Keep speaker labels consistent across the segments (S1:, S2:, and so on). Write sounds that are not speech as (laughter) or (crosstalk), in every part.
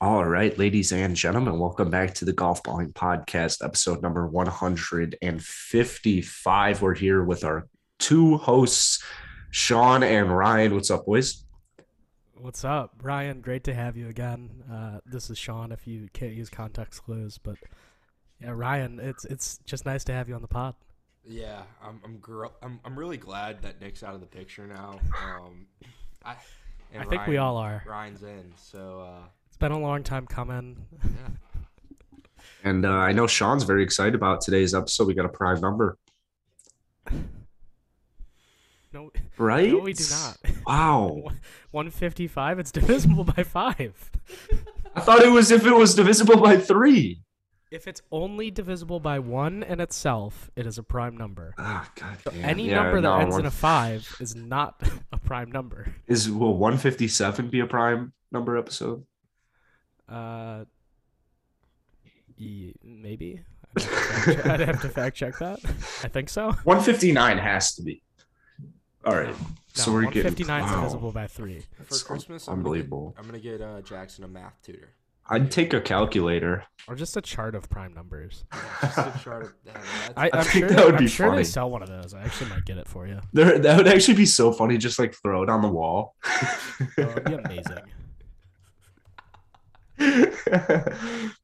S1: All right, ladies and gentlemen, welcome back to the Golf Balling Podcast, episode number 155. We're here with our two hosts, Sean and Ryan. What's up, boys?
S2: What's up, Ryan? Great to have you again. Uh, this is Sean. If you can't use context clues, but yeah, Ryan, it's it's just nice to have you on the pod.
S3: Yeah, I'm I'm gr- I'm, I'm really glad that Nick's out of the picture now. Um,
S2: (laughs)
S3: I, and
S2: I think we
S3: Ryan-
S2: all are.
S3: Ryan's in, so uh,
S2: It's been a long time coming.
S3: yeah.
S1: And uh, I know Sean's very excited about today's episode. We got a prime number,
S2: No,
S1: right?
S2: no, we do not.
S1: Wow.
S2: (laughs) One fifty-five. It's divisible by five.
S1: I thought it was if it was divisible by three.
S2: If it's only divisible by one in itself, it is a prime number.
S1: Ah, God damn.
S2: Any
S1: Yeah,
S2: number that
S1: no,
S2: ends in
S1: one-
S2: a five is not (laughs) a prime number.
S1: is will 157 be a prime number episode?
S2: Uh, ye- maybe. I'd have, to fact check- I'd have to fact check that. I think so.
S1: 159 has to be. All right. (laughs) so
S2: No,
S1: we're getting
S2: 159 is
S1: wow.
S2: divisible by three.
S3: For
S1: That's
S3: Christmas,
S1: unbelievable.
S3: I'm gonna get, I'm gonna get uh, Jackson a math
S1: (laughs)
S3: tutor. (laughs)
S1: I'd take a calculator.
S2: Or just a chart of prime numbers.
S3: Just a chart of- yeah, that's-
S2: I, I'm
S1: think
S2: sure,
S1: that would
S2: I'm
S1: be
S2: sure
S1: funny.
S2: they sell one of those. I actually might get it
S1: (laughs)
S2: for you.
S1: There, that would actually be so funny. Just like throw it on the wall. (laughs)
S2: It would be amazing.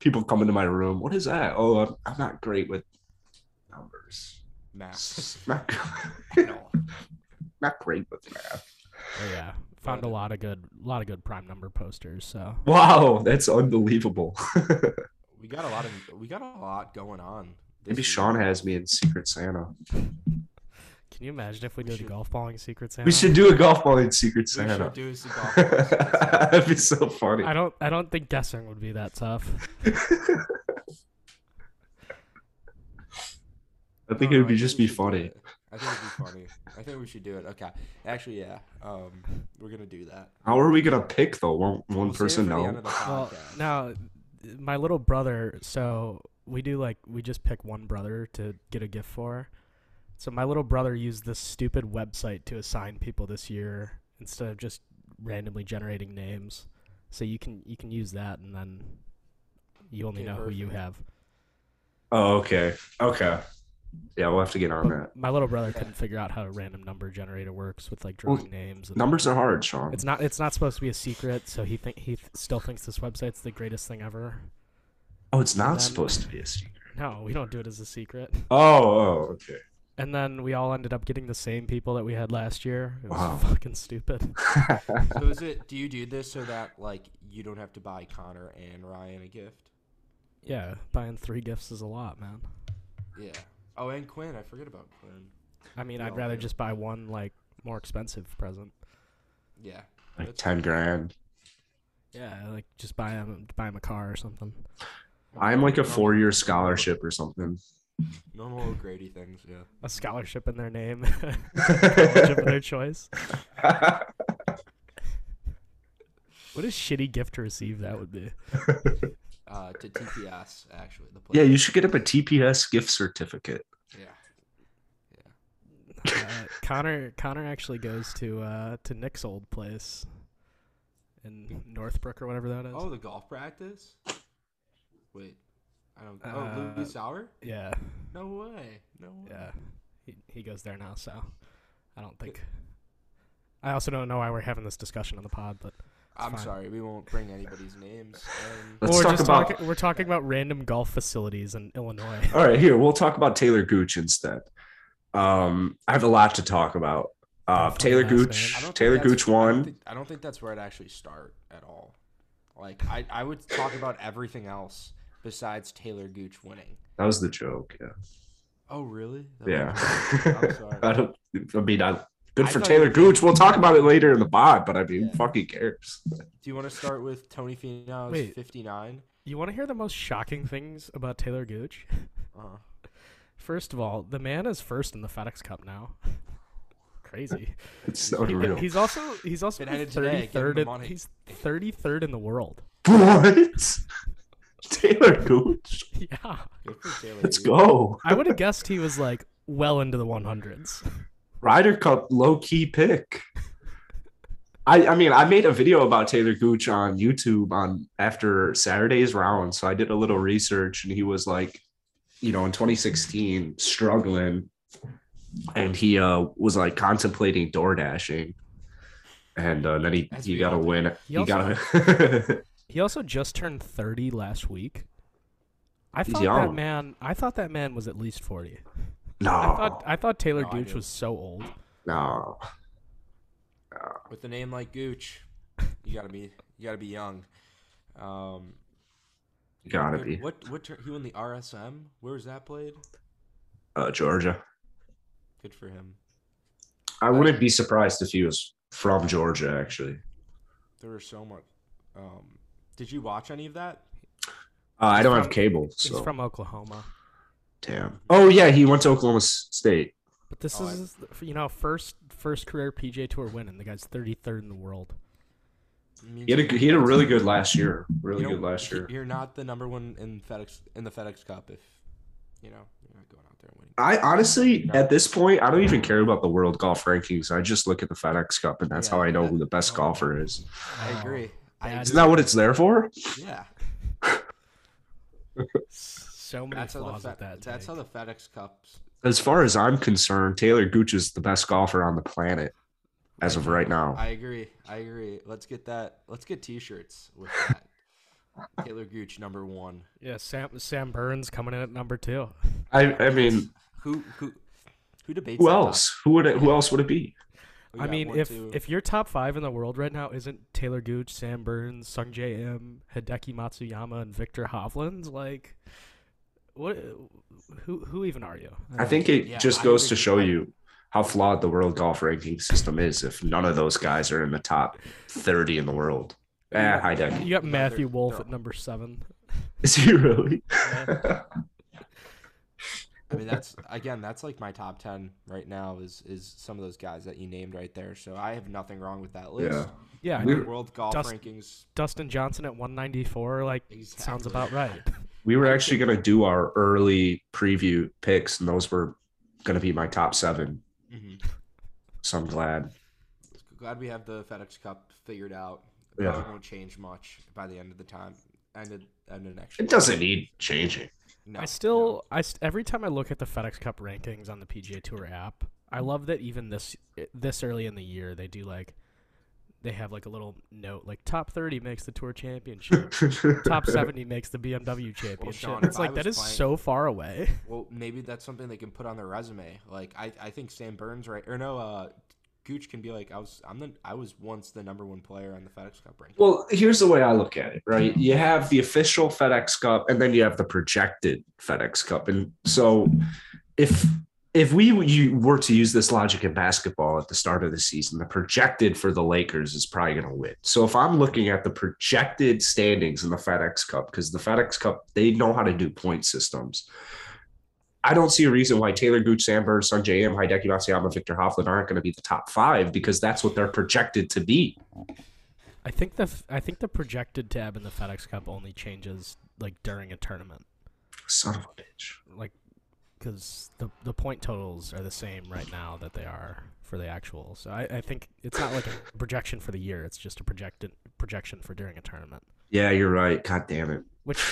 S1: People come into my room. What is that? Oh, I'm, I'm not great with numbers. (laughs)
S3: math.
S1: Not,
S3: At all.
S1: (laughs) not great with math.
S2: But yeah, found a lot of good, lot of good prime number posters. So
S1: Wow, that's unbelievable.
S3: We got a lot of we got a lot going on. this
S1: Maybe
S3: year.
S1: Sean has me in Secret Santa.
S2: can you imagine if we, did
S3: should-
S2: a golf balling secret Santa?
S1: We should do a golf ball in Secret
S3: We
S1: Santa. (laughs)
S3: should do some golf course.
S1: That'd be so funny.
S2: I don't. I don't think guessing would be that tough.
S1: I think
S3: No,
S1: it would be
S3: Oh, I
S1: just
S3: we
S1: be
S3: should do
S1: funny.
S3: it. I think it'd be funny. I think we should do it. Okay. Actually, yeah. Um, we're gonna do that.
S1: How are we gonna pick though? One one
S3: We'll save it
S1: person
S3: for the
S1: no.
S3: end of the
S2: Well,
S3: podcast.
S2: now my little brother. So we do like we just pick one brother to get a gift for. So my little brother used this stupid website to assign people this year instead of just randomly generating names. So you can you can use that, and then you only
S3: Okay,
S2: know who you
S3: perfect.
S2: have.
S1: Oh, okay. Okay. Yeah, we'll have to get on that.
S2: But my little brother couldn't figure out how a random number generator works with like
S1: Well,
S2: drawing names. And
S1: Numbers are hard, Sean.
S2: It's not. It's not supposed to be a secret. So he think he th- still thinks this website's the greatest thing ever.
S1: oh, it's not
S2: then-
S1: supposed to be a secret.
S2: No, we don't do it as a secret.
S1: Oh, oh, okay.
S2: And then we all ended up getting the same people that we had last year. It was
S1: Wow.
S2: fucking stupid. (laughs)
S3: So is it? Do you do this so that like you don't have to buy Connor and Ryan a gift?
S2: Yeah, buying three gifts is a lot, man.
S3: Yeah. Oh, and Quinn. I forget about Quinn.
S2: I mean,
S3: We
S2: I'd
S3: all
S2: rather
S3: do.
S2: just buy one like more expensive present.
S3: Yeah.
S1: Like
S3: That's-
S1: ten grand.
S2: Yeah, like just buy him buy him a car or something.
S1: I'm like a four year scholarship or something. (laughs)
S3: Normal O'Grady things. Yeah.
S2: A scholarship in their name, (laughs) college of their choice. What a shitty gift to receive that would be.
S3: Uh, to TPS actually. The
S1: yeah,
S3: play.
S1: you should get up a TPS gift certificate.
S3: Yeah.
S2: Uh, Connor Connor actually goes to uh, to Nick's old place in Northbrook or whatever that is.
S3: Oh, the golf practice. Wait. I don't. Oh,
S2: Uh,
S3: Louis Sauer.
S2: Yeah,
S3: No way. No way.
S2: yeah. He he goes there now, so I don't think. I also don't know why we're having this discussion on the pod, but
S3: I'm
S2: fine.
S3: sorry. We won't bring anybody's names. Um, And
S1: Let's
S2: Well, we're
S1: talk
S2: just
S1: about-
S2: talking, we're talking about random golf facilities in
S1: (laughs)
S2: Illinois.
S1: All right, here we'll talk about Taylor Gooch instead. Um, I have a lot to talk about. Uh,
S2: Fucking
S1: Taylor
S2: ass,
S1: Gooch,
S2: man.
S3: I don't think
S1: Taylor
S3: that's-
S1: Gooch
S3: I don't,
S1: won.
S3: think, I don't think that's where I'd actually start at all. Like I, I would talk about everything else besides Taylor Gooch winning.
S1: That was the joke. Yeah,
S3: Oh really?
S1: (laughs)
S3: That
S1: yeah.
S3: was- I'm
S1: I
S3: sorry.
S1: don't. I mean, I, good
S3: I
S1: for
S3: thought
S1: Taylor
S3: you-
S1: Gooch. We'll talk about it later in the pod, but I mean, who
S3: Yeah.
S1: fucking cares.
S3: Do you want to start with Tony Finau's
S2: Wait.
S3: 59?
S2: You want to hear the most shocking things about Taylor Gooch?
S3: Uh,
S2: First of all, the man is first in the FedEx Cup now. Crazy.
S1: It's
S3: He-
S2: He-
S1: unreal.
S2: he's also he's also
S3: It ended today. Give him
S2: thirty
S3: the
S2: third.
S3: money.
S2: He's thirty third in the world.
S1: (laughs)
S2: (laughs)
S1: What? Taylor Gooch.
S2: Yeah,
S3: good for Taylor.
S1: Let's
S3: Gooch.
S1: go.
S2: I would have guessed he was like well into the one hundreds.
S1: Ryder Cup low key pick. I, I mean, I made a video about Taylor Gooch on YouTube on after Saturday's round. So I did a little research and he was like, you know, in 2016, struggling. And he uh, was like contemplating door dashing. And uh, then he,
S3: That's
S1: he got a
S3: beyond-
S1: win.
S2: He
S1: He got
S2: also-
S1: a. (laughs)
S2: He also just turned 30 last week. I
S1: He's
S2: thought that
S1: young. Oh.
S2: man. I thought that man was at least 40. I
S1: no,
S2: thought I thought Taylor
S3: No, I
S2: Gooch
S3: do.
S2: was so old.
S1: no.
S3: with a name like Gooch, you gotta be you gotta be young. Um,
S1: Gotta
S3: what-
S1: be.
S3: What what tur he won the RSM? Where was that played?
S1: Uh, Georgia.
S3: Good for him.
S2: Uh,
S1: I wouldn't be surprised if he was from Georgia, actually.
S3: There were so much. Um, did you watch any of that?
S1: Uh, I don't
S2: from-
S1: have cable,
S2: He's
S1: so
S2: from Oklahoma.
S1: damn. Oh yeah, he went to Oklahoma S- State.
S2: But this
S3: Oh, I-
S2: is you know first first career PJ Tour win, and the guy's 33rd in the world.
S3: I mean,
S1: He had a he had a really good last year. Really
S3: you know,
S1: good last year.
S3: You're not the number one in FedEx in the FedEx Cup if you know you're not going out there and winning.
S1: I honestly, at this point, I don't even care about the world golf rankings. I just look at the FedEx Cup, and that's
S3: Yeah,
S1: how I know
S3: that-
S1: who the best golfer is.
S3: I agree. I
S2: That's-
S1: Isn't that
S3: agree.
S1: what it's there for?
S3: yeah.
S2: So many
S3: That's how, the
S2: flaws
S3: Fe-
S2: with that.
S3: that's
S2: take.
S3: how the FedEx Cups.
S1: As far as I'm concerned, Taylor Gooch is the best golfer on the planet as of right now.
S3: I agree. I agree. Let's get that. Let's get T-shirts with
S2: (laughs)
S3: that. Taylor Gooch number one.
S2: yeah, Sam Sam Burns coming in at number two.
S1: I, I mean,
S3: Who who who debates?
S1: who
S3: that top?
S1: else? Who would it, who else would it be?
S3: We
S2: I
S3: got
S2: mean,
S3: one,
S2: if
S3: two.
S2: if your top five in the world right now isn't Taylor Gooch, Sam Burns, Sung J M, Hideki Matsuyama, and Victor Hovland, like, what? Who who even are you?
S1: I think it
S3: Yeah,
S1: just
S3: I
S1: goes
S3: agree.
S1: to show you how flawed the world golf ranking system is if none of those guys are in the top 30 in the world. Eh, hi, Decky.
S2: you got Matthew
S3: they're-
S2: Wolf
S3: they're-
S2: at number seven.
S1: (laughs) Is he really? (laughs)
S3: I mean that's again that's like my top ten right now is is some of those guys that you named right there. So I have nothing wrong with that list.
S1: Yeah.
S2: Yeah, I
S1: We
S2: mean,
S1: were-
S3: World golf
S2: Dust-
S3: rankings.
S2: Dustin Johnson at 194, like, sounds
S3: Exactly.
S2: about
S3: (laughs)
S2: right.
S1: We were actually going to do our early preview picks, and those were going to be my top seven.
S3: Mhm.
S1: So I'm glad.
S3: Glad we have the FedEx Cup figured out.
S1: Yeah.
S3: Probably won't change much by the end of the time. End of, end of next.
S1: It
S3: year.
S1: doesn't need changing. (laughs)
S3: No,
S2: I
S3: no.
S2: still, I st- every time I look at the FedEx Cup rankings on the PGA Tour app, I love that even this eh, this early in the year they do like they have like a little note like top 30 makes the tour championship, top (laughs) 70 makes the BMW championship.
S3: Sean,
S2: it's
S3: if I
S2: like that
S3: was
S2: is
S3: playing-
S2: so far away. (laughs)
S3: Well, maybe that's something they can put on their resume. Like I, I think Sam Burns right or no, uh, Gooch can be like I was I'm the I was once the number one player on the FedEx Cup ranking.
S1: Well, here's the way I look at it, right? You have the official FedEx Cup and then you have the projected FedEx Cup. And so if if we you were to use this logic in basketball at the start of the season, the projected for the Lakers is probably going to win. So if I'm looking at the projected standings in the FedEx Cup because the FedEx Cup they know how to do point systems. I don't see a reason why Taylor Gooch, Sam Burns, Sun J.M., Hideki Matsuyama, Victor Hoffman aren't going to be the top five because that's what they're projected to be.
S2: I think the f- I think the projected tab in the FedEx Cup only changes like during a tournament,
S1: Son of a bitch.
S2: like because the the point totals are the same right now that they are for the actual. So I, I think it's not like
S3: (laughs)
S2: a projection for the year; it's just a projected projection for during a tournament,
S1: Yeah, you're right. God damn it.
S2: which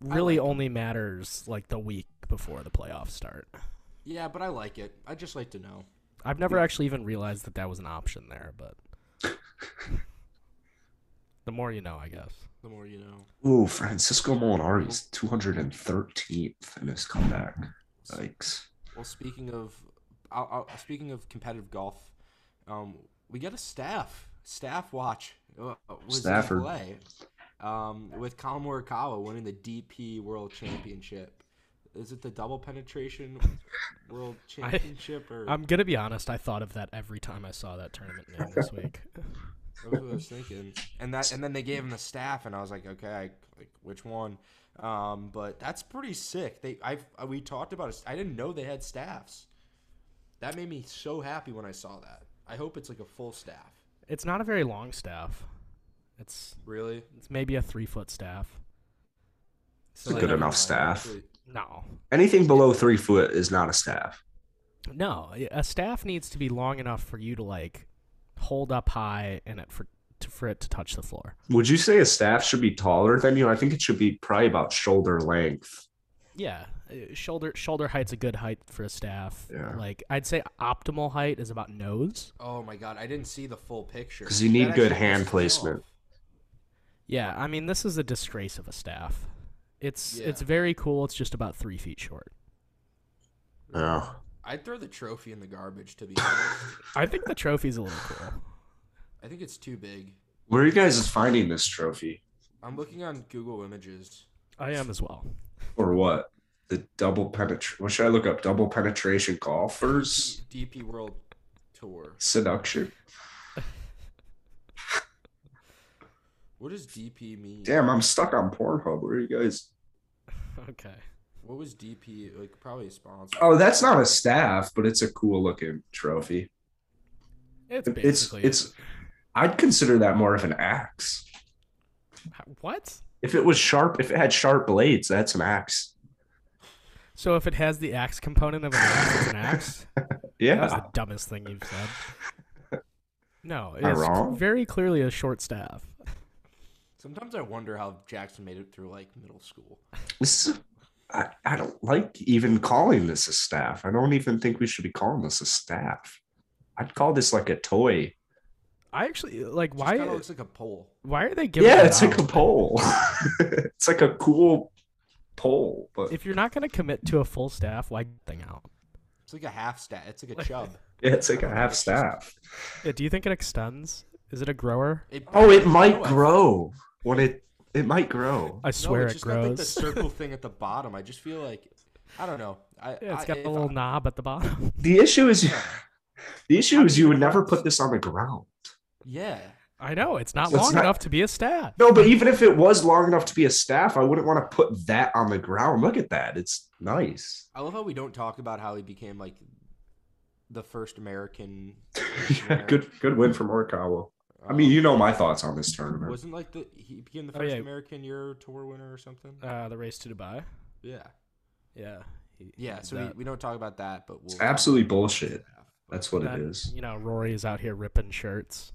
S2: really only matters like the week before the playoffs start.
S3: yeah, but I like it. I just like to know.
S2: I've never actually even realized that that was an option there, but the more you know, I guess.
S3: The more you know.
S1: Ooh, Francisco Molinari's 213th in his comeback. Yikes.
S3: Well, speaking of, I'll, I'll, speaking of competitive golf, um, we got a staff staff watch. uh, Was in
S1: Stafford.
S3: play, um, with Colin Morikawa winning the DP World Championship. Is it the double penetration World Championship or
S2: I'm gonna be honest. I thought of that every time I saw that tournament name this week.
S3: That's what I was thinking. And that, and then they gave him the staff, and I was like, okay, I, like which one? Um, but that's pretty sick. They, I, have we talked about it. I didn't know they had staffs. That made me so happy when I saw that. I hope it's like a full staff.
S2: It's not a very long staff. It's
S3: Really?
S2: it's maybe a three foot staff.
S3: So
S1: Good enough staff.
S2: No,
S1: Anything below three foot is not a staff.
S2: no. A staff needs to be long enough for you to like hold up high and it for to, for it to touch the floor.
S1: Would you say a staff should be taller than you? I think it should be probably about shoulder length.
S2: Yeah, uh, shoulder shoulder height's a good height for a staff.
S1: Yeah.
S2: Like I'd say optimal height is about nose.
S3: Oh my god, I didn't see the full picture.
S1: 'Cause you need
S3: That
S1: good
S3: actually
S1: hand
S3: pissed me
S1: placement.
S3: off.
S2: Yeah, I mean this is a disgrace of a staff. It's
S3: Yeah.
S2: it's very cool. It's just about three feet short.
S1: Yeah.
S3: I'd throw the trophy in the garbage to be honest.
S2: I think the trophy's a little cool.
S3: I think it's too big.
S1: Where are you guys finding this trophy?
S3: I'm looking on Google Images.
S2: I am as well.
S1: Or what? The double penetration. What should I look up? Double penetration golfers?
S3: DP World Tour.
S1: Seduction.
S3: What does DP mean?
S1: Damn, I'm stuck on Pornhub. Where are you guys?
S2: Okay.
S3: What was DP like? Probably a sponsor.
S1: Oh, that's not a staff, but it's a cool looking trophy.
S2: It's
S1: It's
S2: basically
S1: it's. I'd consider that more of an axe.
S2: what?
S1: If it was sharp, if it had sharp blades, that's an axe.
S2: So if it has the axe component of an axe, it's an axe. That was
S1: Yeah.
S2: the dumbest thing you've said. No,
S1: I
S2: it's
S1: wrong?
S2: very clearly a short staff.
S3: Sometimes I wonder how Jackson made it through like middle school.
S1: This is, I, I don't like even calling this a staff. I don't even think we should be calling this a staff. I'd call this like a toy.
S2: I actually like
S3: Why?
S2: why
S3: Kind of looks like a pole.
S2: why are they giving?
S1: Yeah,
S2: it
S1: it's like a
S2: out?
S1: pole. (laughs) it's like a cool pole, but
S2: If you're not gonna commit to a full staff, why get the thing out?
S3: It's like a half stat. It's like a chub.
S1: yeah, it's like a half staff.
S2: Yeah, do you think it extends? Is it a grower?
S3: It-
S1: (laughs) Oh, it might
S3: No, I-
S1: grow when it it might grow.
S2: I
S3: no,
S2: swear
S3: it's
S2: it
S3: just got, like the
S2: grows.
S3: circle
S2: (laughs)
S3: thing at the bottom. I just feel like I don't know. I,
S2: yeah, it's
S3: I-
S2: got
S3: if
S2: a little
S3: I-
S2: knob at the bottom.
S1: The issue is, (laughs) the issue is you would never put this on the ground.
S3: yeah.
S2: (laughs) I know it's not
S1: So it's
S2: long
S1: not-
S2: enough to be a staff.
S1: No, but even if it was long enough to be a staff, I wouldn't want to put that on the ground. Look at that; it's nice.
S3: I love how we don't talk about how he became like the first American.
S1: (laughs) yeah, good, good win for Morikawa. I mean, you know my thoughts on this tournament.
S3: um, wasn't like the he became the
S2: Oh,
S3: first
S2: yeah.
S3: American Euro Tour winner or something.
S2: Uh, the race to Dubai.
S3: yeah,
S2: Yeah. he- he
S3: yeah.
S2: did
S3: So
S2: that.
S3: we, we don't talk about that, but we'll
S1: It's absolutely bullshit. That's what
S2: That-
S1: it is.
S2: You know, Rory is out here ripping shirts.
S1: I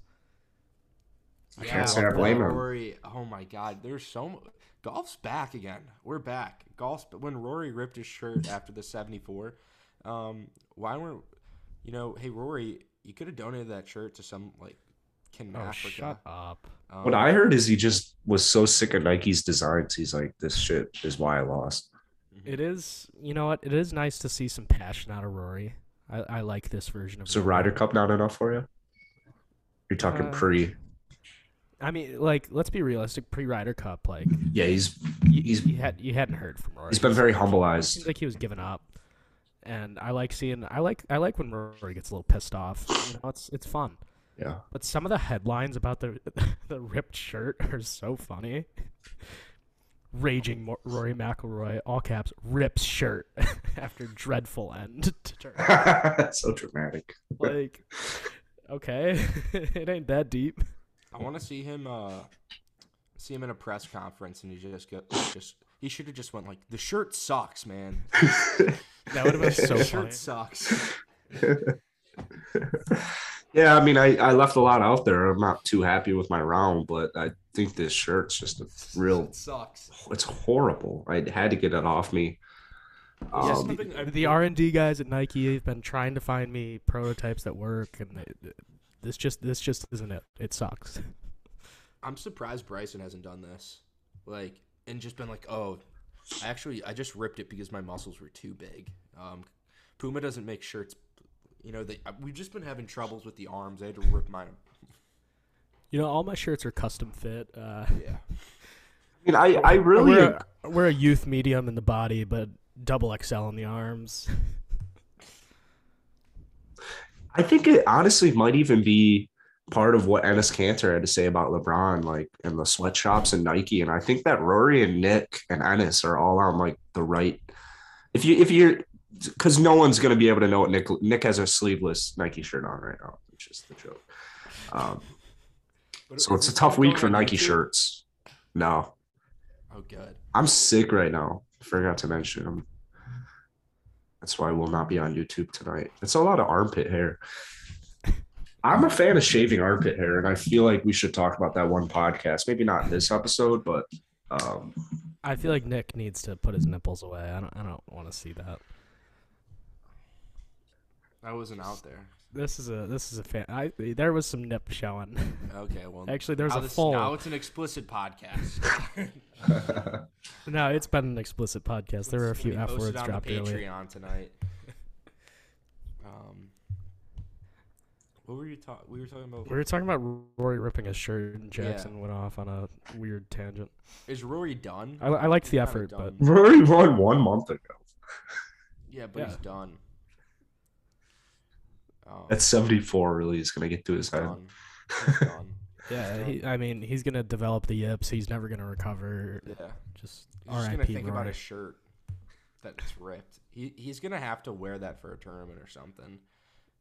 S3: Yeah,
S1: can't say I
S3: Rory-
S1: blame him.
S3: Rory, oh my God, there's so mu golf's back again. We're back. Golf's when Rory ripped his shirt after the 74. Um, why weren't you know? Hey Rory, you could have donated that shirt to some like kid in
S2: Oh,
S3: Africa.
S2: shut up.
S3: Um,
S1: What I heard is he just was so sick of Nike's designs. He's like, this shit is why I lost.
S3: mhm.
S2: It is, you know what? It is nice to see some passion out of Rory. I, I like this version of.
S1: Is the
S2: Rory.
S1: Ryder Cup not enough for you? You're talking
S2: Uh,
S1: pre.
S2: I mean, like, let's be realistic. Pre Ryder Cup, like,
S1: Yeah, he's
S2: you,
S1: He's-
S2: you had you hadn't heard from Rory.
S1: he's been very humbleized.
S2: (laughs) Seems like he was giving up. And I like seeing. I like I like when Rory gets a little pissed off. You know, it's it's fun.
S1: Yeah,
S2: But some of the headlines about the (laughs) the ripped shirt are so funny. (laughs) Raging Mo- Rory McIlroy, all caps, rips shirt (laughs) after dreadful end (laughs) to
S1: (laughs)
S2: turn.
S1: so dramatic.
S2: Like, okay, (laughs) it ain't that deep.
S3: I want to see him. Uh, see him in a press conference, and he just go, just he should have just went like, the shirt sucks, man.
S2: That would have been
S3: (laughs)
S2: so
S3: The
S2: funny.
S3: shirt sucks.
S1: Yeah, I mean, I, I left a lot out there. I'm not too happy with my round, but I think this shirt's just a real.
S3: (laughs) It sucks.
S1: It's horrible. I had to get it off me.
S3: Is there
S1: Um,
S3: something- I-
S2: The R and D guys at Nike have been trying to find me prototypes that work, and they, this just this just isn't it. It sucks.
S3: I'm surprised Bryson hasn't done this. Like, and just been like, oh, I actually, I just ripped it because my muscles were too big. Um, Puma doesn't make shirts. You know, they, uh, we've just been having troubles with the arms. I had to rip mine.
S2: You know, all my shirts are custom fit. Uh,
S3: Yeah.
S1: I mean, I, I really
S2: we're, a, we're a youth medium in the body, but double XL in the arms.
S1: I think it honestly might even be part of what Ennis Cantor had to say about LeBron, like and the sweatshops and Nike. And I think that Rory and Nick and Ennis are all on like the right. If you if you're because no one's gonna be able to know what Nick Nick has a sleeveless Nike shirt on right now, which is the joke. Um,
S3: But
S1: so
S3: is
S1: it's a
S3: this
S1: tough
S3: going
S1: week for
S3: on
S1: Nike
S3: YouTube?
S1: shirts. No,
S3: Oh, good.
S1: I'm sick right now. Forgot to mention. i that's why we'll not be on YouTube tonight. It's a lot of armpit hair. I'm a fan of shaving armpit hair, and I feel like we should talk about that one podcast. Maybe not in this episode, but um, (laughs)
S2: I feel like Nick needs to put his nipples away. I don't. I don't want to see that.
S3: I wasn't out there.
S2: This is a. This is a fan. I there was some nip showing. (laughs)
S3: Okay, well,
S2: Actually, there's
S3: now
S2: a
S3: this-
S2: full.
S3: Now it's an
S2: (laughs)
S3: explicit podcast.
S2: No, it's been an explicit podcast. There were a
S3: It's gonna
S2: few
S3: be
S2: F
S3: posted
S2: words
S3: on
S2: dropped
S3: the
S2: earlier.
S3: Patreon tonight. um, what were you talking? We were talking about.
S2: We were talking about Rory ripping his shirt, and
S3: Yeah.
S2: Jackson went off on a weird tangent.
S3: Is Rory done?
S2: I, I liked the
S3: He's kinda
S2: effort, but
S3: done.
S1: Rory won one month ago.
S3: yeah, but he's
S2: Yeah.
S3: done. Um,
S1: That 74 really is going to get to his head.
S3: done. He's done.
S2: yeah, he, I mean, he's gonna develop the yips. He's never gonna recover.
S3: Yeah.
S2: Just
S3: He's just gonna
S2: R.I.P.
S3: think about
S2: Rory.
S3: a shirt that's ripped. He he's gonna have to wear that for a tournament or something.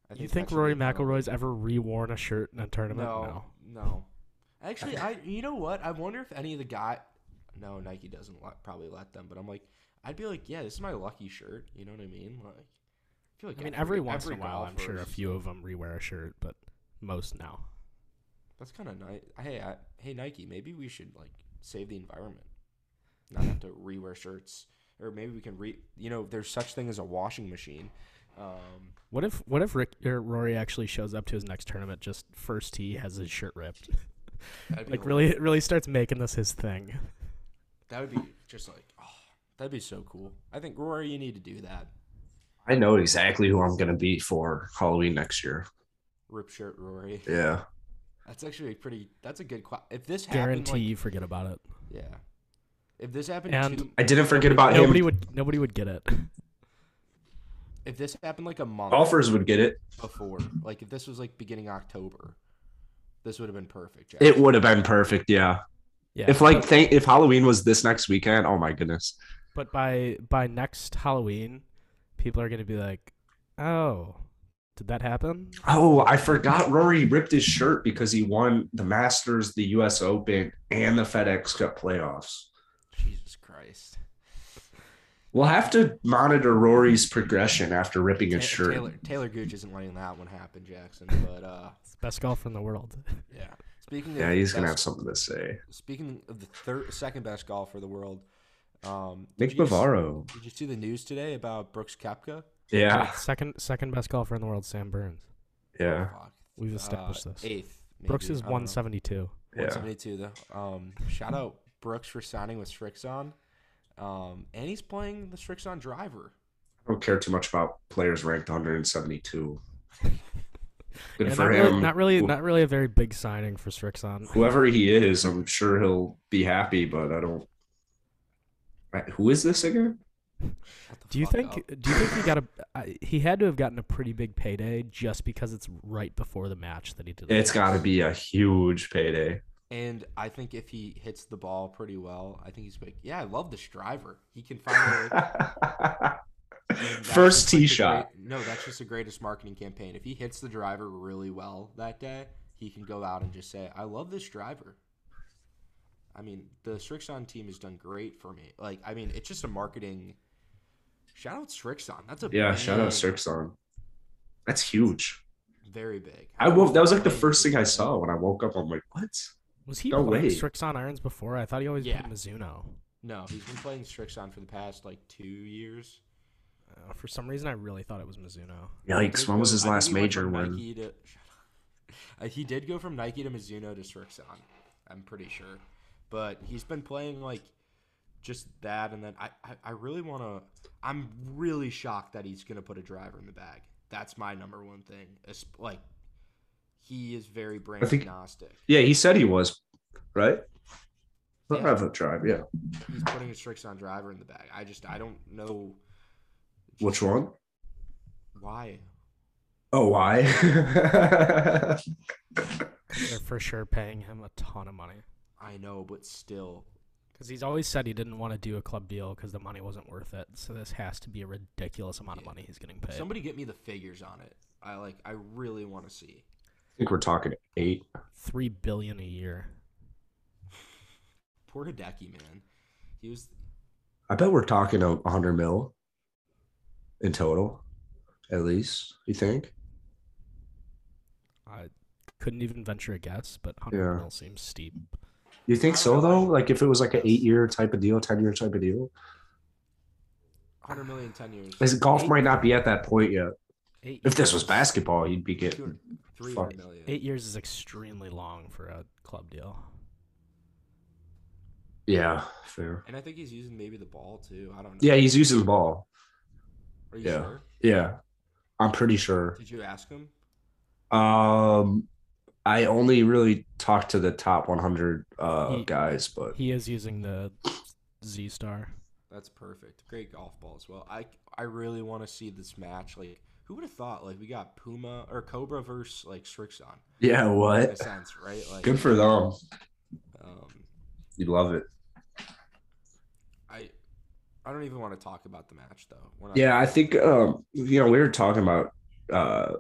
S3: I
S2: You
S3: that
S2: think
S3: should
S2: Rory
S3: be a penalty.
S2: McIlroy's ever reworn a shirt in a tournament?
S3: No, no. Actually, I you know what? I wonder if any of the guy. No, Nike doesn't let, probably let them. But I'm like, I'd be like, yeah, this is my lucky shirt. You know what I mean? Like, I feel like
S2: I mean, every once
S3: every
S2: in a while, I'm sure a
S3: golfer's-
S2: few of them rewear a shirt, but most now.
S3: That's kind of nice. Hey, I, hey Nike, maybe we should like save the environment, not have to rewear shirts, or maybe we can re. You know, there's such thing as a washing machine. Um,
S2: What if what if Rick or Rory actually shows up to his next tournament just first he has his shirt ripped?
S3: that'd be
S2: like
S3: hilarious.
S2: really really starts making this his thing.
S3: that would be just like, oh, that'd be so cool. I think Rory, you need to do that.
S1: I know exactly who I'm going to be for Halloween next year.
S3: Rip shirt, Rory.
S1: Yeah.
S3: That's actually a pretty. That's a good question. If this happened,
S2: Guarantee
S3: like,
S2: you forget about it.
S3: yeah. If this happened,
S2: And-
S3: two,
S1: I didn't forget about
S2: Nobody
S1: him.
S2: would nobody would get it.
S3: if this happened like a month
S1: Golfers would get it.
S3: before, like if this was like beginning October, this would have been perfect. Jack.
S1: It would have been perfect. Yeah.
S2: Yeah.
S1: If like
S2: but,
S1: th- if Halloween was this next weekend, oh my goodness.
S2: but by by next Halloween, people are gonna be like, Oh, did that happen?
S1: Oh, I forgot Rory ripped his shirt because he won the Masters, the US Open, and the FedEx Cup playoffs.
S3: Jesus Christ.
S1: We'll have to monitor Rory's progression after ripping his
S3: Ta-
S1: shirt.
S3: Taylor Taylor Gooch isn't letting that one happen, Jackson. But uh,
S2: It's the best golfer in the
S3: (laughs)
S2: world.
S3: yeah. Speaking of
S1: Yeah,
S3: the
S1: he's gonna have
S3: best-
S1: something to say.
S3: Speaking of the third, second best golfer in the world, um, did
S1: Nick
S3: you guys-
S1: Bavaro.
S3: Did you see the news today about Brooks Koepka?
S1: Yeah,
S2: Second second best golfer in the world, Sam Burns.
S1: yeah,
S3: Fuck.
S2: We've
S3: Uh,
S2: established this.
S3: Eighth.
S2: Brooks
S3: maybe.
S2: is
S3: I don't
S2: one
S3: know.
S2: seventy two.
S1: yeah.
S3: 172 though. Um, shout out Brooks for signing with Strixon. Um, and he's playing the Strixon driver.
S1: I don't care too much about players ranked 172. Good
S2: Yeah,
S1: for him.
S2: not Really, not really,
S1: Who-
S2: not really a very big signing for Strixon.
S1: Whoever he is, I'm sure he'll be happy. But I don't. I- Who is this again?
S3: Shut the
S2: Do you
S3: fuck
S2: think?
S3: up.
S2: Do you think he got a? I he had to have gotten a pretty big payday just because it's right before the match that he did.
S1: It's got to be a huge payday.
S3: And I think if he hits the ball pretty well, I think he's like, yeah, I love this driver. He can finally. and that's
S1: First
S3: just,
S1: tee
S3: like, the
S1: shot.
S3: great- no, that's just the greatest marketing campaign. If he hits the driver really well that day, he can go out and just say, I love this driver. I mean, the Strixon team has done great for me. Like, I mean, it's just a marketing. Shout out Strixon. That's a
S1: Yeah, shout out
S3: big-
S1: Sirkson. That's huge.
S3: Very big.
S1: I woke. That was like the first thing I saw when I woke up. I'm like, what?
S2: Was he
S1: No
S2: playing
S1: way.
S2: Strixon irons before? I thought he always
S3: Yeah.
S2: played Mizuno.
S3: No, he's been playing Strixon for the past like two years.
S2: Uh, for some reason, I really thought it was Mizuno.
S1: Yikes! When was his
S3: I think
S1: last
S3: he went
S1: major
S3: from
S1: win?
S3: Nike to- (laughs) Shut up. Uh, he did go from Nike to Mizuno to Strixon. I'm pretty sure, but he's been playing like just that, and then I I, I really want to. I'm really shocked that he's gonna put a driver in the bag. That's my number one thing. It's like he is very brand
S1: think-
S3: agnostic.
S1: Yeah, he said he was, right?
S3: Yeah.
S1: Not a drive. Yeah.
S3: He's putting a Strixon driver in the bag. I just I don't know
S1: Which one?
S3: why.
S1: Oh, why? (laughs)
S2: They're for sure paying him a ton of money
S3: I know, but still,
S2: because he's always said he didn't want to do a club deal because the money wasn't worth it. So this has to be a ridiculous amount of money he's getting paid.
S3: somebody get me the figures on it. I like. I really want to see.
S1: I think we're talking eight.
S2: Three billion a year.
S3: Poor Hideki, man. He was
S1: I bet we're talking a hundred mil in total, at least. You think?
S2: I couldn't even venture a guess, but 100
S1: Yeah.
S2: mil seems steep.
S1: You think so though? Like if it was like an eight-year type of deal, ten-year type of deal,
S3: 100 million 10 years.
S1: As golf might not be at that point yet.
S2: Eight
S1: If this
S2: years-
S1: was basketball, you'd be getting.
S3: 300 million.
S2: eight years is extremely long for a club deal.
S1: Yeah, fair.
S3: And I think he's using maybe the ball too. I don't know.
S1: Yeah, he's using the ball.
S3: Are you
S1: yeah.
S3: sure?
S1: Yeah, I'm pretty sure.
S3: Did you ask him?
S1: Um, I only really talked to the top 100 uh,
S2: He-
S1: guys, but
S2: He is using the Z Star.
S3: That's perfect. Great golf ball as well. I I really want to see this match. Like, who would have thought? Like, we got Puma or Cobra versus like Strixon.
S1: yeah,
S3: In a
S1: what?
S3: sense, right? Like,
S1: Good for them.
S3: um,
S1: You'd love it.
S3: I I don't even want to talk about the match though. We're not-
S1: Yeah, I think um, you know we were talking about uh,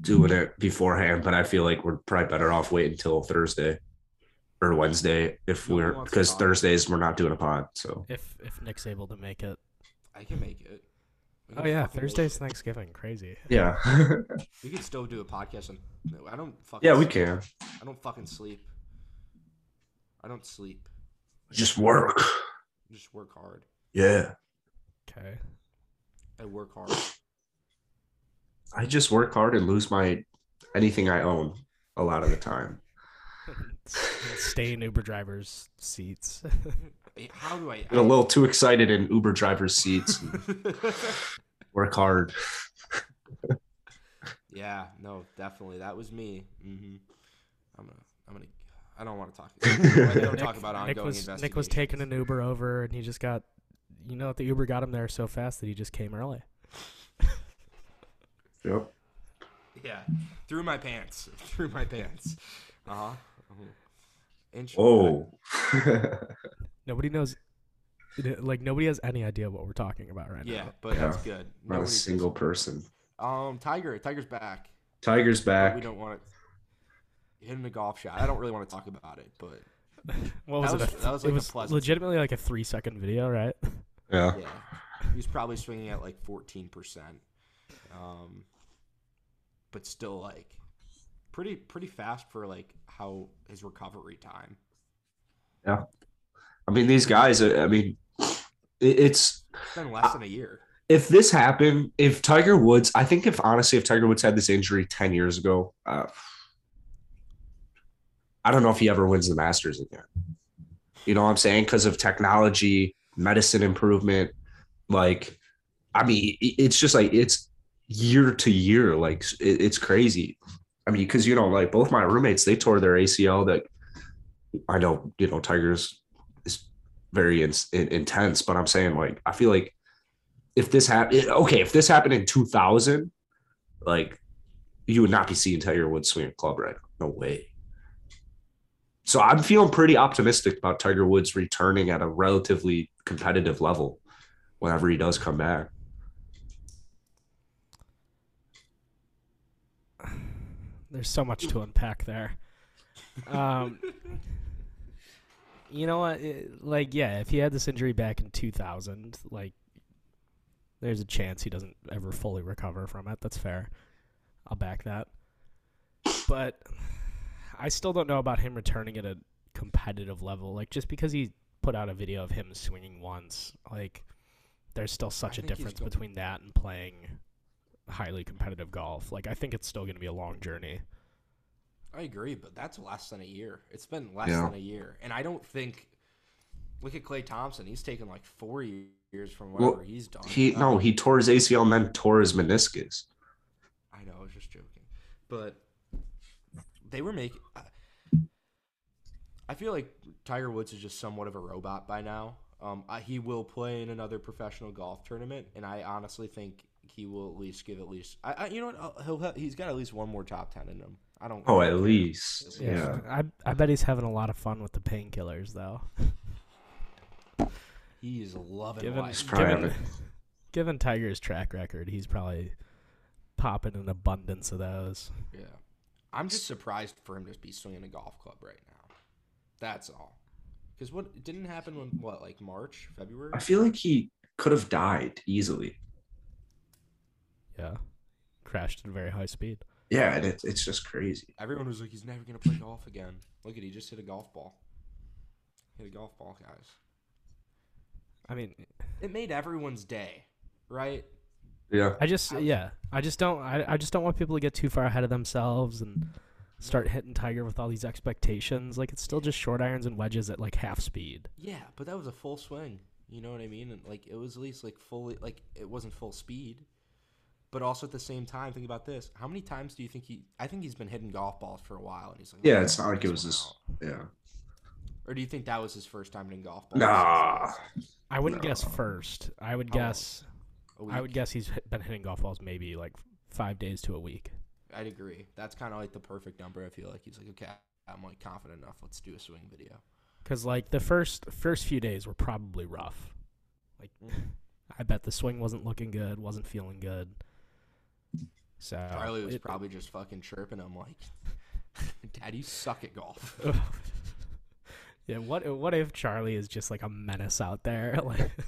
S1: doing it beforehand, but I feel like we're probably better off waiting until Thursday or Wednesday if
S3: Nobody
S1: we're
S3: wants to
S1: because
S3: talk.
S1: Thursdays we're not doing a pod. So
S2: If if Nick's able to make it.
S3: I can make it. We
S2: Oh
S3: can
S2: yeah,
S3: fucking make
S2: Thursday's
S3: it.
S2: Thanksgiving. Crazy.
S1: yeah, (laughs)
S3: We could still do a podcast on. No, I don't fucking.
S1: yeah, we
S3: sleep.
S1: can
S3: I don't fucking sleep. I don't sleep.
S1: just work.
S3: I just work hard.
S1: Yeah,
S2: Okay. (laughs)
S3: I work hard.
S1: I just work hard and lose my anything I own a lot of the (laughs) time.
S2: Stay in Uber drivers' seats. (laughs)
S3: Hey, How do I?
S1: Get a little too excited in Uber driver's seats. (laughs) and work hard.
S3: (laughs) yeah, no, definitely. That was me. hmm I'm gonna. I'm gonna. I don't want to talk. I don't talk about
S2: (laughs)
S3: ongoing
S2: Nick was Nick was
S3: investigations.
S2: taking an Uber over, and he just got. You know what? The Uber got him there so fast that he just came early.
S1: Yep.
S3: (laughs) Yeah, through my pants. (laughs) Through my pants. Uh huh. Interesting.
S1: Oh. (laughs)
S2: Nobody knows. Like nobody has any idea what we're talking about right
S3: Yeah,
S2: now.
S3: but that's good.
S1: Not a
S3: Nobody-
S1: single person.
S3: Um, Tiger. Tiger's back.
S1: Tiger's
S3: But we
S1: back.
S3: don't want to hit him a golf shot. I don't really want to talk about it, but
S2: What was, it?
S3: That was-
S2: a-
S3: that was,
S2: it
S3: like, a
S2: was
S3: pleasant-
S2: legitimately like a three second video, right? (laughs)
S1: Yeah.
S3: yeah, he was probably swinging at like fourteen percent, um, but still like pretty pretty fast for like how his recovery time.
S1: I mean, these guys. I I mean, it- it's
S3: It's been less than a year.
S1: if this happened, if Tiger Woods, I think if honestly, if Tiger Woods had this injury ten years ago, uh, I don't know if he ever wins the Masters again. You know what I'm saying? Because of technology, medicine improvement, like, I mean, i- it's just like it's year to year, like it- it's crazy. I mean, because you know, like both my roommates, they tore their ACL. That I know, you know, Tiger's is very in, in, intense, but I'm saying, like, I feel like if this happened, okay, if this happened in 2000, like you would not be seeing Tiger Woods swing a club right now. No way. So I'm feeling pretty optimistic about Tiger Woods returning at a relatively competitive level whenever he does come back.
S2: There's so much to unpack there. Um, you know what? it- like, yeah, if he had this injury back in 2000, like, there's a chance he doesn't ever fully recover from it. That's fair. I'll back that. But I still don't know about him returning at a competitive level. Like, just because he put out a video of him swinging once, like, there's still such a
S3: think he's
S2: difference
S3: go-
S2: between that and playing highly competitive golf. Like, I think it's still going to be a long journey.
S3: I agree, but that's less than a year. It's been less
S1: Yeah.
S3: than a year, and I don't think. Look at Clay Thompson. He's taken like four years from
S1: Well,
S3: whatever he's done.
S1: He no, he tore his ACL and then tore his meniscus.
S3: I know, I was just joking. But they were making. I feel like Tiger Woods is just somewhat of a robot by now. Um, I, he will play in another professional golf tournament, and I honestly think he will at least give at least. I, I you know what? I'll- He'll ha- he's got at least one more top ten in him. I don't.
S1: Oh, at least.
S3: Yeah.
S1: Yeah.
S2: I I bet he's having a lot of fun with the painkillers though. (laughs)
S3: he is loving
S2: Given,
S3: life.
S1: probably
S2: given,
S1: having-
S2: given Tiger's track record, he's probably popping an abundance of those.
S3: Yeah, I'm just surprised for him to be swinging a golf club right now. That's all. Because what it didn't happen when what like March, February?
S1: I feel like he could have died easily.
S2: Yeah. Crashed at a very high speed.
S1: Yeah, and it, it's just crazy.
S3: Everyone was like, he's never gonna play golf again. Look at he just hit a golf ball. Hit a golf ball, guys.
S2: I mean,
S3: It made everyone's day, right?
S1: Yeah.
S2: I just yeah, I just don't I, I just don't want people to get too far ahead of themselves and start hitting Tiger with all these expectations. Like it's still just short irons and wedges at like half speed.
S3: Yeah, but that was a full swing. You know what I mean? And like it was at least like fully like it wasn't full speed. But also at the same time, think about this. How many times do you think he I think he's been hitting golf balls for a while and he's like
S1: Yeah,
S3: "Oh,
S1: it's not like it
S3: this
S1: was
S3: one
S1: this.
S3: out."
S1: Yeah.
S3: Or do you think that was his first time hitting golf balls?
S1: Nah. (laughs)
S2: I wouldn't guess
S1: No.
S2: first. I would
S3: How long?
S2: guess
S3: A week.
S2: I would guess he's hit- been hitting golf balls maybe like 5 days to a week.
S3: I'd agree. That's kind of like the perfect number. I feel like he's like, okay, I'm like confident enough. Let's do a swing video.
S2: Cuz like the first first few days were probably rough. Like
S3: Mm.
S2: I bet the swing wasn't looking good, wasn't feeling good. So
S1: Oh.
S3: Charlie was
S2: it-
S3: probably just fucking chirping him like, (laughs) "Dad, you suck at golf."
S2: (laughs) yeah, what what if Charlie is just like a menace out there? (laughs)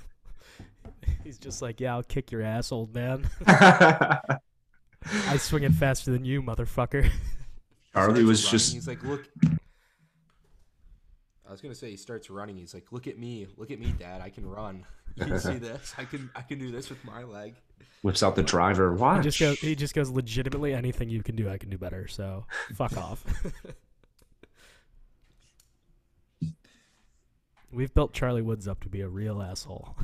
S2: Like he's just like, yeah, I'll kick your ass, old man. I swing it faster than you, motherfucker. (laughs)
S1: Charlie
S3: starts
S1: was
S3: running,
S1: just
S3: He's like, look. I was gonna say he starts running. He's like, look at me, look at me, Dad. I can run. (laughs) You can see this. I can, I can do this with my leg.
S1: whips out the driver.
S2: He
S1: Watch.
S2: just goes, he just goes legitimately anything you can do, I can do better. So
S3: (laughs)
S2: fuck off. (laughs) We've built Charlie Woods up to be a real
S3: (laughs)
S2: asshole.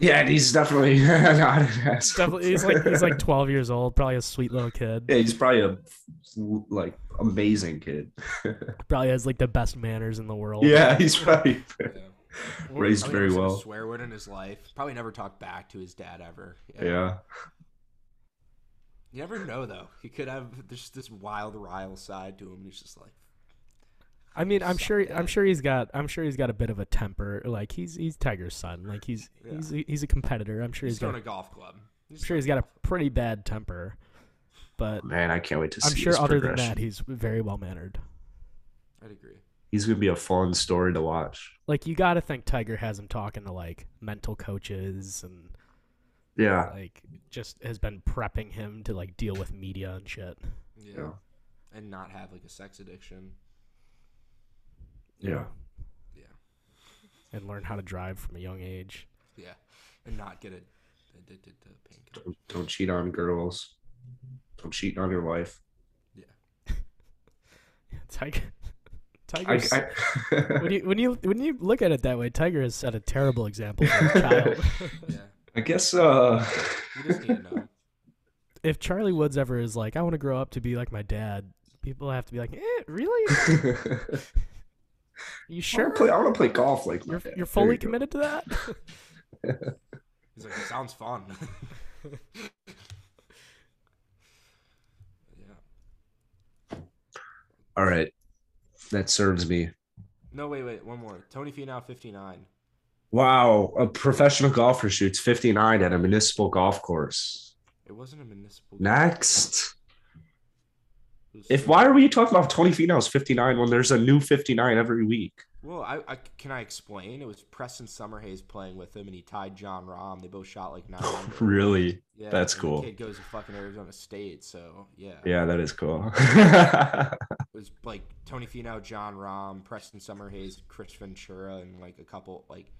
S1: yeah, and he's definitely (laughs) not an
S2: He's
S1: asshole.
S2: Definitely, he's like he's like 12 years old, probably a sweet little kid.
S1: (laughs) Yeah, he's probably a like amazing kid.
S2: Probably has like the best manners in the world.
S1: yeah, he's
S2: (laughs)
S1: probably
S3: Yeah.
S1: raised
S3: Probably
S1: very
S3: never said a
S1: well.
S3: Swear word in his life. Probably never talked back to his dad ever.
S1: Yeah.
S3: You never know though. He could have there's this wild Ryle side to him. He's just like,
S2: I mean, I'm
S3: suck
S2: sure. I'm
S3: dick.
S2: sure he's got. I'm sure he's got a bit of a temper. Like he's he's Tiger's son. Like he's
S3: Yeah.
S2: he's he's a competitor. I'm sure
S3: he's
S2: he's got.
S3: throwing
S2: I'm
S3: a golf club. He's
S2: sure he's got a pretty bad temper, but
S1: Man, I can't wait to see.
S2: I'm sure
S1: his
S2: other than
S1: progression.
S2: that, he's very well mannered.
S3: I'd agree.
S1: he's gonna be a fun story to watch.
S2: Like you got to think Tiger has him talking to like mental coaches and
S1: Yeah,
S2: like just has been prepping him to like deal with media and shit.
S3: Yeah.
S1: yeah,
S3: And not have like a sex addiction.
S1: yeah.
S3: Yeah.
S2: And learn how to drive from a young age. (laughs)
S3: Yeah. And not get a- addicted to painkillers.
S1: Don't, don't cheat on girls. Don't cheat on your wife.
S2: Tiger.
S1: I,
S2: Tiger's.
S1: I, (laughs)
S2: when you when you when you look at it that way, Tiger has set a terrible example for
S3: (laughs)
S2: a child.
S3: Yeah.
S1: I guess. Uh, (laughs)
S3: You just need to know.
S2: if Charlie Woods ever is like, I want to grow up to be like my dad, people have to be like, eh, really? You
S1: sure.
S2: sure?
S1: Play, I want to play golf like my
S2: You're,
S1: dad.
S2: you're
S1: There you
S2: fully
S1: go.
S2: committed to
S3: (laughs)
S2: that?
S3: He's like, it sounds fun. (laughs) yeah.
S1: All right, that serves me.
S3: No, wait, wait, one more. Tony Finau, fifty nine.
S1: Wow, a professional golfer shoots 59 at a municipal golf course.
S3: It wasn't a municipal.
S1: Next.
S3: It was-
S1: If why are we talking about Tony Finau's 59 when there's a new 59 every week?
S3: Well, I, I can I explain? It was Preston Summerhays playing with him, and he tied John Rahm. They both shot like nine. under.
S1: (laughs) really?
S3: Yeah,
S1: That's
S3: and
S1: cool.
S3: The kid goes to fucking Arizona State, so yeah.
S1: Yeah, that is cool. (laughs)
S3: It was like Tony Finau, John Rahm, Preston Summerhays, Chris Ventura, and like a couple like,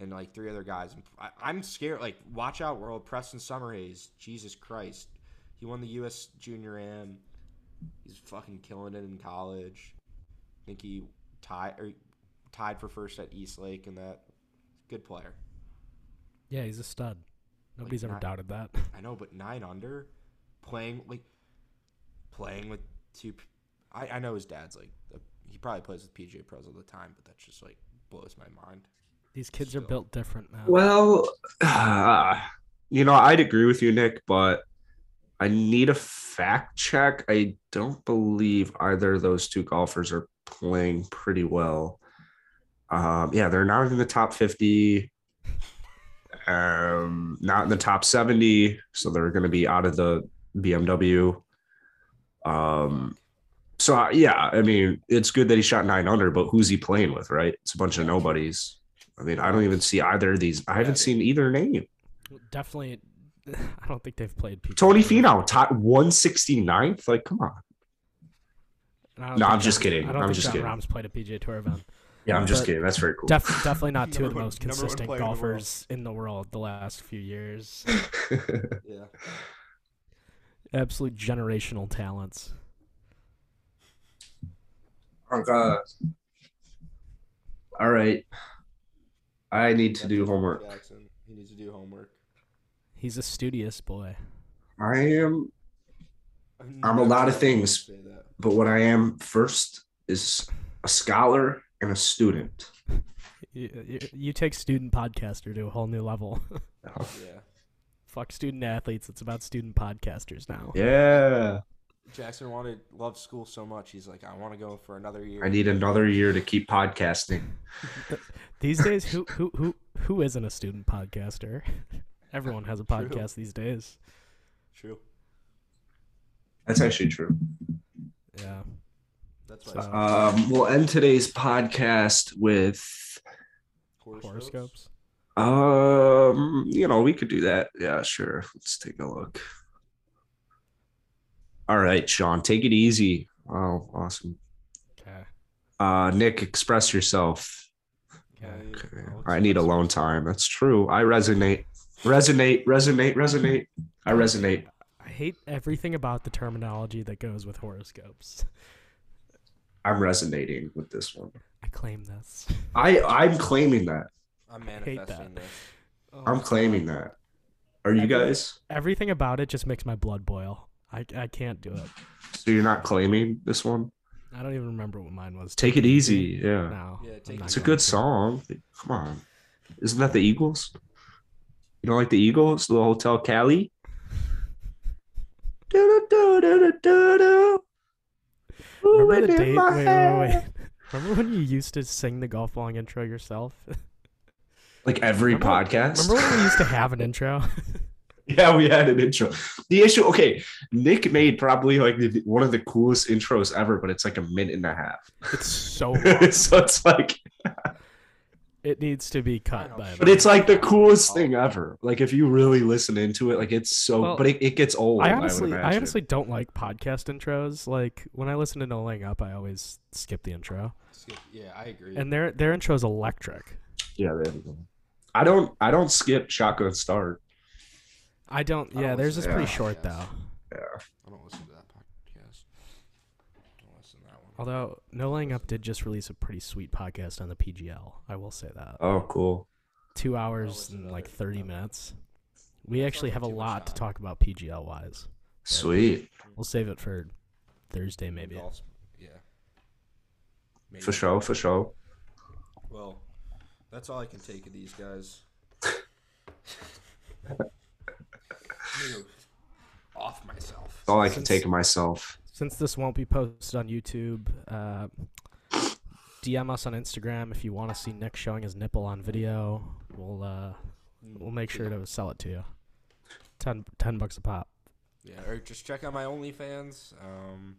S3: and like three other guys. And I, I'm scared. Like, watch out, world. Preston Summerhays, Jesus Christ, he won the U.S. Junior Am. He's fucking killing it in college. I think he tied or tied for first at Eastlake, and that good player.
S2: Yeah, he's a stud. Nobody's ever
S3: not-
S2: doubted that. (laughs)
S3: I know, but nine under, playing like playing with two. p- I I know his dad's like the, he probably plays with PJ Pros all the time, but that's just like blows my mind.
S2: These kids are
S3: Still.
S2: built different now.
S1: well, uh, you know, I'd agree with you, Nick, but I need a fact check. I don't believe either of those two golfers are playing pretty well. Um, yeah, they're not in the top 50, um, not in the top 70. So they're going to be out of the BMW. Um, so, I- yeah, I mean, it's good that he shot nine under, but who's he playing with, right? It's a bunch of nobodies. I mean, I don't even see either of these. I haven't seen either name.
S2: Definitely, (laughs) I don't think they've played people.
S1: Tony Finau, top 169th. Like, come on.
S2: And I don't
S1: No,
S2: think
S1: I'm just
S2: John-
S1: kidding.
S2: I don't
S1: I'm
S2: think
S1: just
S2: John
S1: kidding.
S2: Rahm's played a PGA Tour
S3: (laughs)
S2: event.
S1: Yeah, I'm just
S2: But-
S1: kidding. That's very cool.
S2: Def- definitely not two of the
S3: Number one-
S2: most
S3: number one
S2: consistent
S3: player in the world.
S2: golfers in the world the last few years.
S3: Yeah.
S2: Absolute generational talents.
S1: (laughs) Oh, God. All right. I need to do homework.
S3: Jackson. He needs to do homework.
S2: He's a studious boy.
S1: I am,
S3: I've
S1: I'm a
S3: never
S1: lot of
S3: heard someone
S1: things.
S3: say that.
S1: but what I am first is a scholar and a student.
S2: You, you, you take student podcaster to a whole new level. (laughs)
S3: Yeah.
S2: Fuck student athletes. It's about student podcasters now.
S1: Yeah.
S3: Jackson wanted loved school so much. He's like, I want to go for another year.
S1: I need another year to keep podcasting. (laughs)
S2: These days, who who who who isn't a student podcaster? (laughs) Everyone has a podcast these days.
S3: True.
S1: That's actually true.
S2: Yeah.
S3: That's
S2: So,
S3: why.
S1: Um, we'll end today's podcast with
S2: horoscopes.
S1: Um, you know, we could do that. Yeah, sure. Let's take a look. All right, Sean, take it easy. Oh, awesome.
S2: Okay.
S1: Uh, Nick, express yourself.
S2: Okay.
S1: Okay.
S3: Oh,
S1: I need alone time. That's true. I resonate. Resonate, resonate, resonate. I resonate.
S2: I hate everything about the terminology that goes with horoscopes.
S1: I'm resonating with this one.
S2: I claim this.
S1: I I'm claiming that.
S3: I'm
S2: hate that.
S3: manifesting this.
S1: I'm claiming that. Are you guys?
S2: Everything about it just makes my blood boil. I, I can't do it.
S1: So you're not claiming this one?
S2: I don't even remember what mine was.
S1: Take it easy. Yeah.
S2: No.
S3: Yeah,
S2: I'm
S3: take
S2: not
S1: It's a
S2: going
S1: good
S2: to.
S1: song. Come on. Isn't that the Eagles? You don't like the Eagles? The Hotel Cali? Do-do-do-do-do-do. Ooh,
S2: Remember the
S1: it in
S2: date?
S1: my
S2: Wait, wait, wait.
S1: head.
S2: (laughs) Remember when you used to sing the golf balling
S1: (laughs)
S2: intro yourself?
S1: Like every
S2: Remember-
S1: podcast.
S2: Remember when we used to have an intro?
S1: (laughs)
S2: (laughs)
S1: yeah, we had an intro. The issue, okay, Nick made probably like the, one of the coolest intros ever, but it's like a minute and a half. (laughs)
S2: It's so long.
S1: so it's like,
S2: it needs to be cut by.
S1: but it's like the coolest thing ever. Like if you really listen into it, like it's so,
S2: Well,
S1: but it, it gets old.
S2: I
S1: would
S2: honestly, I,
S1: imagine.
S2: honestly don't like podcast intros. Like when I listen to No Laying Up, I always skip the intro,
S3: Skip- Yeah, I agree.
S2: and their their intro is electric.
S1: Yeah, there we go. I don't I don't skip shotgun start.
S2: I don't.
S3: I
S2: Yeah,
S3: don't
S2: theirs is
S3: listen
S1: to
S2: pretty
S3: podcasts.
S2: short though.
S3: I don't listen to that podcast. I don't listen to that one.
S2: Although No Laying Up did just release a pretty sweet podcast on the PGL. I will say that
S1: Oh, cool.
S2: two hours
S3: listen
S2: and
S3: to
S2: like
S3: it.
S2: thirty minutes. We actually have a
S3: too much
S2: lot to
S3: time.
S2: talk about PGL wise.
S1: Sweet.
S2: We'll save it for Thursday maybe.
S3: Golf's- Yeah. Maybe.
S1: For sure, for sure.
S3: Well, that's all I can take of these guys. (laughs) I'm gonna go off myself.
S1: That's all I can take of myself.
S2: since this won't be posted on YouTube, uh, DM us on Instagram if you want to see Nick showing his nipple on video. We'll uh, we'll make sure to sell it to you. Ten, 10 bucks a pop.
S3: Yeah, or just check out my OnlyFans. Um,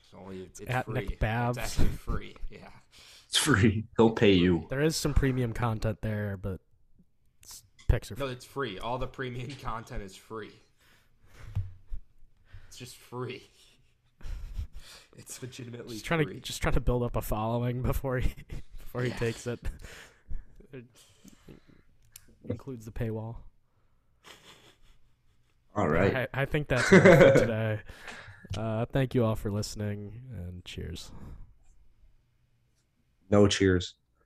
S3: it's only it's
S2: at
S3: free.
S2: Nick Babs.
S3: It's actually free. Yeah.
S1: It's free. He'll pay you.
S2: There is some premium content there, but s- pics are
S3: No, it's free. All the premium (laughs) content is free. It's just free. It's legitimately
S2: just trying
S3: free.
S2: to just trying to build up a following (laughs) before he before he takes
S3: (laughs)
S2: it. it includes the paywall.
S1: All right.
S2: I, I think that's enough for today. Uh, thank you all for listening and cheers.
S1: No cheers.